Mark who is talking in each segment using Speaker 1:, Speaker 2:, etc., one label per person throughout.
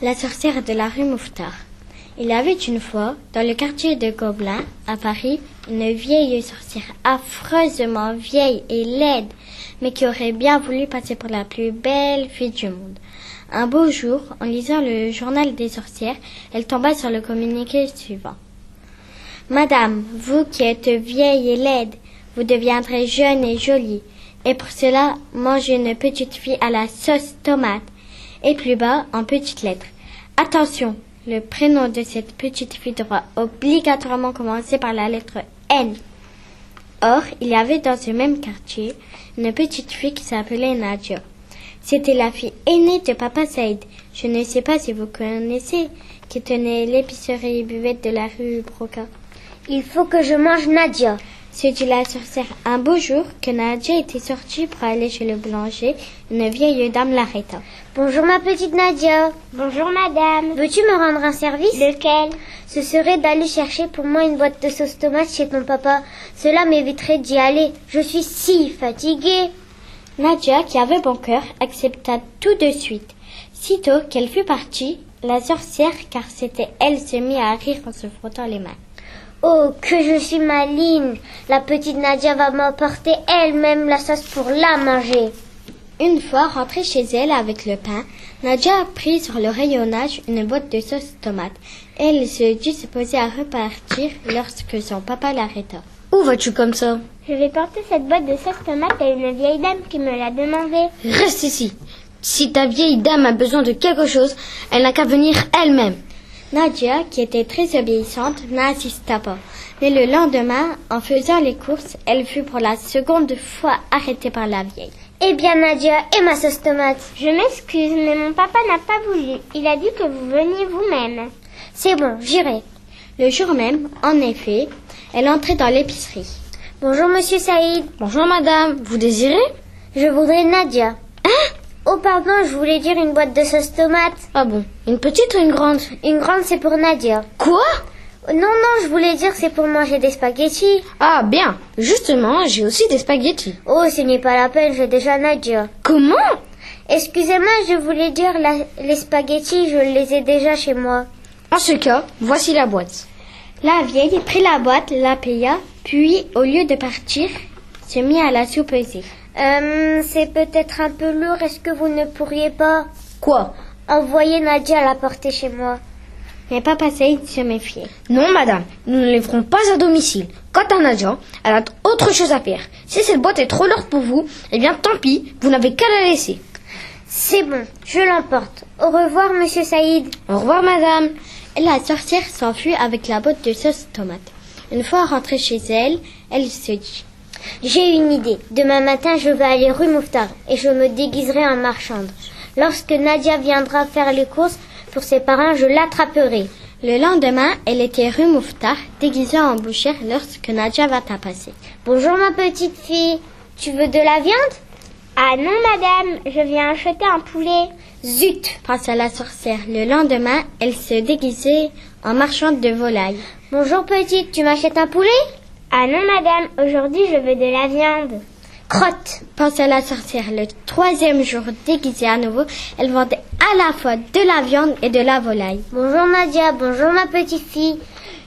Speaker 1: la sorcière de la rue Mouffetard. Il y avait une fois, dans le quartier de Gobelin, à Paris, une vieille sorcière affreusement vieille et laide, mais qui aurait bien voulu passer pour la plus belle fille du monde. Un beau jour, en lisant le journal des sorcières, elle tomba sur le communiqué suivant. Madame, vous qui êtes vieille et laide, vous deviendrez jeune et jolie, et pour cela, mangez une petite fille à la sauce tomate. Et plus bas, en petites lettres. Attention, le prénom de cette petite fille doit obligatoirement commencer par la lettre N. Or, il y avait dans ce même quartier une petite fille qui s'appelait Nadia. C'était la fille aînée de Papa Saïd. Je ne sais pas si vous connaissez, qui tenait l'épicerie et buvette de la rue Broca.
Speaker 2: Il faut que je mange Nadia.
Speaker 1: Se dit la sorcière un beau jour que Nadia était sortie pour aller chez le boulanger, une vieille dame l'arrêta.
Speaker 2: Bonjour ma petite Nadia.
Speaker 3: Bonjour madame.
Speaker 2: Veux-tu me rendre un service
Speaker 3: Lequel
Speaker 2: Ce serait d'aller chercher pour moi une boîte de sauce tomate chez ton papa. Cela m'éviterait d'y aller. Je suis si fatiguée.
Speaker 1: Nadia, qui avait bon cœur, accepta tout de suite. Sitôt qu'elle fut partie, la sorcière, car c'était elle, se mit à rire en se frottant les mains.
Speaker 2: Oh, que je suis maligne La petite Nadia va m'apporter elle-même la sauce pour la manger.
Speaker 1: Une fois rentrée chez elle avec le pain, Nadia prit sur le rayonnage une boîte de sauce tomate. Elle se disposait à repartir lorsque son papa l'arrêta.
Speaker 4: Où vas-tu comme ça
Speaker 3: Je vais porter cette boîte de sauce tomate à une vieille dame qui me l'a demandé.
Speaker 4: Reste ici. Si ta vieille dame a besoin de quelque chose, elle n'a qu'à venir elle-même.
Speaker 1: Nadia, qui était très obéissante, n'insista pas. Mais le lendemain, en faisant les courses, elle fut pour la seconde fois arrêtée par la vieille.
Speaker 2: Eh bien, Nadia, et ma sauce tomate
Speaker 3: Je m'excuse, mais mon papa n'a pas voulu. Il a dit que vous veniez vous-même.
Speaker 2: C'est bon, j'irai.
Speaker 1: Le jour même, en effet, elle entrait dans l'épicerie.
Speaker 2: Bonjour, monsieur Saïd.
Speaker 4: Bonjour, madame. Vous désirez
Speaker 2: Je voudrais Nadia.
Speaker 4: Hein
Speaker 2: Oh pardon, je voulais dire une boîte de sauce tomate.
Speaker 4: Ah bon Une petite ou une grande
Speaker 2: Une grande, c'est pour Nadia. Oh,
Speaker 4: Quoi
Speaker 2: Non, non, je voulais dire c'est pour manger des spaghettis.
Speaker 4: Ah bien, justement, j'ai aussi des spaghettis.
Speaker 2: Oh, ce n'est pas la peine, j'ai déjà Nadia.
Speaker 4: Comment
Speaker 2: Excusez-moi, je voulais dire la- les spaghettis, je les ai déjà chez moi.
Speaker 4: En ce cas, voici la boîte.
Speaker 1: La vieille prit la boîte, la paya, puis, au lieu de partir, se mit à la soupeser.
Speaker 2: Euh, c'est peut-être un peu lourd, est-ce que vous ne pourriez pas
Speaker 4: Quoi
Speaker 2: envoyer Nadia à la porter chez moi
Speaker 1: Mais Papa Saïd se méfiait.
Speaker 4: Non, madame, nous ne les ferons pas à domicile. Quant à Nadia, elle a autre chose à faire. Si cette boîte est trop lourde pour vous, eh bien tant pis, vous n'avez qu'à la laisser.
Speaker 2: C'est bon, je l'emporte. Au revoir, monsieur Saïd.
Speaker 4: Au revoir, madame.
Speaker 1: Et la sorcière s'enfuit avec la botte de sauce tomate. Une fois rentrée chez elle, elle se dit
Speaker 2: J'ai une idée. Demain matin, je vais aller rue Mouffetard et je me déguiserai en marchande. Lorsque Nadia viendra faire les courses pour ses parents, je l'attraperai.
Speaker 1: Le lendemain, elle était rue Mouffetard, déguisée en bouchère lorsque Nadia va à passer.
Speaker 2: Bonjour ma petite fille, tu veux de la viande
Speaker 3: Ah non madame, je viens acheter un poulet.
Speaker 2: Zut
Speaker 1: Pense à la sorcière. Le lendemain, elle se déguisait en marchande de volaille.
Speaker 2: Bonjour petite, tu m'achètes un poulet
Speaker 3: Ah non madame, aujourd'hui je veux de la viande.
Speaker 2: Crotte
Speaker 1: Pense à la sorcière. Le troisième jour, déguisée à nouveau, elle vendait à la fois de la viande et de la volaille.
Speaker 2: Bonjour Nadia, bonjour ma petite fille.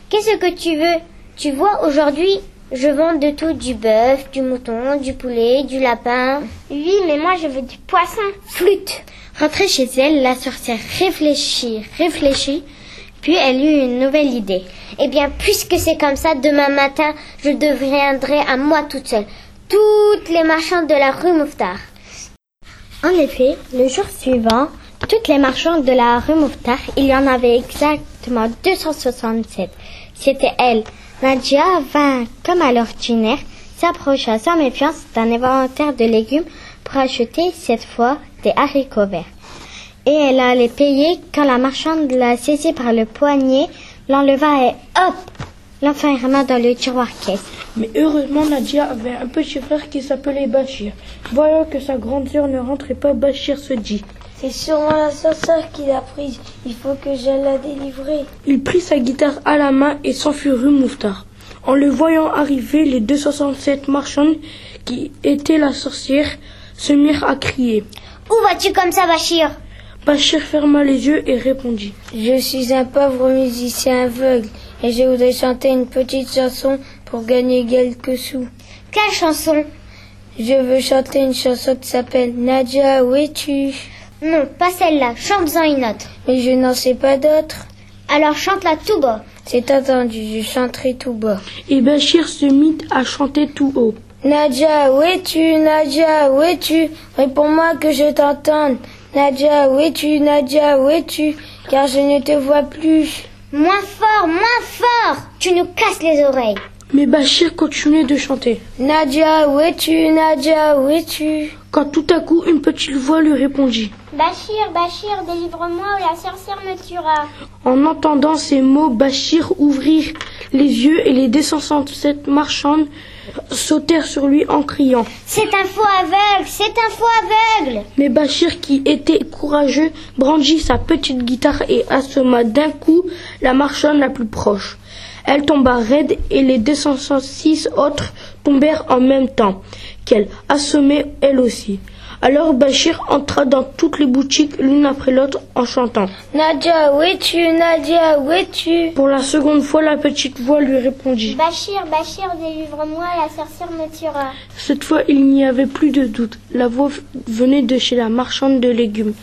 Speaker 2: Qu'est-ce que tu veux Tu vois, aujourd'hui, je vends de tout, du bœuf, du mouton, du poulet, du lapin.
Speaker 3: Oui, mais moi je veux du poisson.
Speaker 2: Flûte
Speaker 1: Rentrée chez elle, la sorcière réfléchit, réfléchit, puis elle eut une nouvelle idée.
Speaker 2: Eh bien, puisque c'est comme ça, demain matin, je deviendrai à moi toute seule. Toutes les marchandes de la rue Mouffetard.
Speaker 1: En effet, le jour suivant, toutes les marchandes de la rue Mouffetard, il y en avait exactement 267. C'était elle. Nadia vint, comme à l'ordinaire, s'approcha sans méfiance d'un inventaire de légumes pour acheter, cette fois, des haricots verts. Et elle allait payer quand la marchande la saisit par le poignet, l'enleva et hop L'enferma dans le tiroir caisse.
Speaker 5: Mais heureusement, Nadia avait un petit frère qui s'appelait Bachir. Voyant que sa grande sœur ne rentrait pas, Bachir se dit.
Speaker 6: C'est sûrement la sorcière qui l'a prise. Il faut que j'aille la délivrer.
Speaker 5: Il prit sa guitare à la main et s'enfuit rue Mouffetard. En le voyant arriver, les 267 marchandes qui étaient la sorcière se mirent à crier.
Speaker 2: Où vas-tu comme ça, Bachir
Speaker 5: Bachir ferma les yeux et répondit.
Speaker 6: Je suis un pauvre musicien aveugle et je voudrais chanter une petite chanson pour gagner quelques sous.
Speaker 2: Quelle chanson
Speaker 6: Je veux chanter une chanson qui s'appelle Nadia, où es-tu
Speaker 2: Non, pas celle-là. Chante-en une autre.
Speaker 6: Mais je n'en sais pas d'autre.
Speaker 2: Alors chante-la tout bas.
Speaker 6: C'est entendu, je chanterai tout bas.
Speaker 5: Et Bachir se mit à chanter tout haut.
Speaker 6: Nadia, où es-tu Nadia, où es-tu Réponds-moi que je t'entende. Nadia, où es-tu Nadia, où es-tu Car je ne te vois plus.
Speaker 2: Moins fort, moins fort Tu nous casses les oreilles.
Speaker 5: Mais Bachir continuait de chanter.
Speaker 6: Nadia, où es-tu Nadia, où es-tu
Speaker 5: Quand tout à coup, une petite voix lui répondit.
Speaker 3: Bachir, Bachir, délivre-moi ou la sorcière me tuera.
Speaker 5: En entendant ces mots, Bachir ouvrit les yeux et les 267 marchandes sautèrent sur lui en criant.
Speaker 2: C'est un faux aveugle, c'est un faux aveugle
Speaker 5: Mais Bachir, qui était courageux, brandit sa petite guitare et assomma d'un coup la marchande la plus proche. Elle tomba raide et les 266 autres tombèrent en même temps qu'elle, assommée elle aussi. Alors Bachir entra dans toutes les boutiques l'une après l'autre en chantant.
Speaker 6: Nadia, où es-tu Nadia, où es-tu
Speaker 5: Pour la seconde fois, la petite voix lui répondit.
Speaker 3: Bachir, Bachir, délivre-moi la sorcière me tuera.
Speaker 5: Cette fois, il n'y avait plus de doute. La voix venait de chez la marchande de légumes.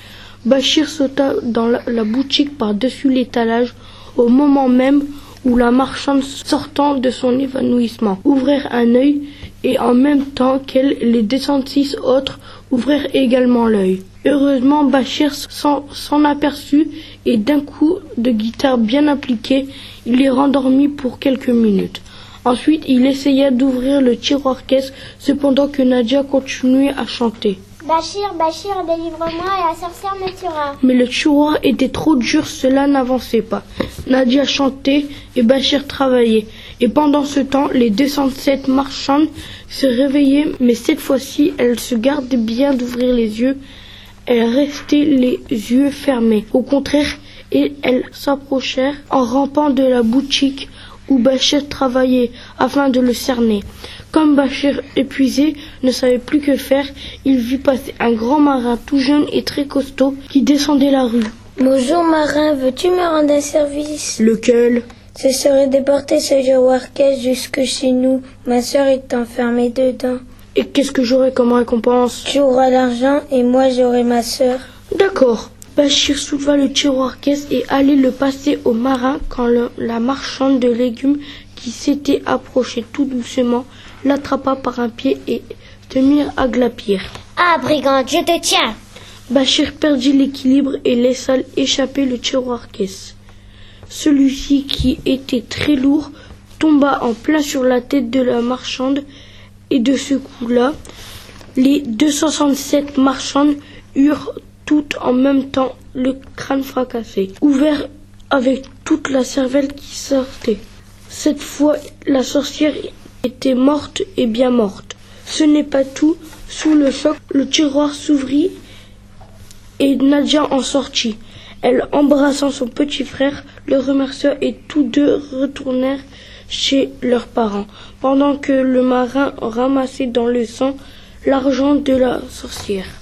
Speaker 5: Bachir sauta dans la, la boutique par-dessus l'étalage au moment même où la marchande, sortant de son évanouissement, ouvrirent un œil et en même temps qu'elle, les 206 autres ouvrirent également l'œil. Heureusement, Bachir s'en s'en aperçut et d'un coup de guitare bien appliqué, il les rendormit pour quelques minutes. Ensuite, il essaya d'ouvrir le tiroir caisse, cependant que Nadia continuait à chanter.
Speaker 3: Bachir, Bachir, délivre-moi et la sorcière me tuera.
Speaker 5: Mais le tiroir était trop dur, cela n'avançait pas. Nadia chantait et Bachir travaillait. Et pendant ce temps, les 207 marchandes se réveillaient, mais cette fois-ci, elles se gardaient bien d'ouvrir les yeux. Elles restaient les yeux fermés. Au contraire, et elles s'approchèrent en rampant de la boutique où Bachir travaillait afin de le cerner. Comme Bachir, épuisé, ne savait plus que faire, il vit passer un grand marin tout jeune et très costaud qui descendait la rue.
Speaker 6: Bonjour marin, veux-tu me rendre un service
Speaker 5: Lequel
Speaker 6: Ce serait de porter ce tiroir caisse jusque chez nous. Ma sœur est enfermée dedans.
Speaker 5: Et qu'est-ce que j'aurai comme récompense
Speaker 6: Tu auras l'argent et moi j'aurai ma sœur.
Speaker 5: D'accord. Bachir souleva le tiroir caisse et allait le passer au marin quand le- la marchande de légumes qui s'était approchée tout doucement l'attrapa par un pied et se mirent à glapir.
Speaker 2: Ah, brigand, je te tiens
Speaker 5: Bachir perdit l'équilibre et laissa échapper le tiroir caisse. Celui-ci, qui était très lourd, tomba en plein sur la tête de la marchande et de ce coup-là, les 267 marchandes eurent toutes en même temps le crâne fracassé, ouvert avec toute la cervelle qui sortait. Cette fois, la sorcière était morte et bien morte. Ce n'est pas tout. Sous le choc, le tiroir s'ouvrit et Nadia en sortit. Elle embrassant son petit frère, le remercia et tous deux retournèrent chez leurs parents, pendant que le marin ramassait dans le sang l'argent de la sorcière.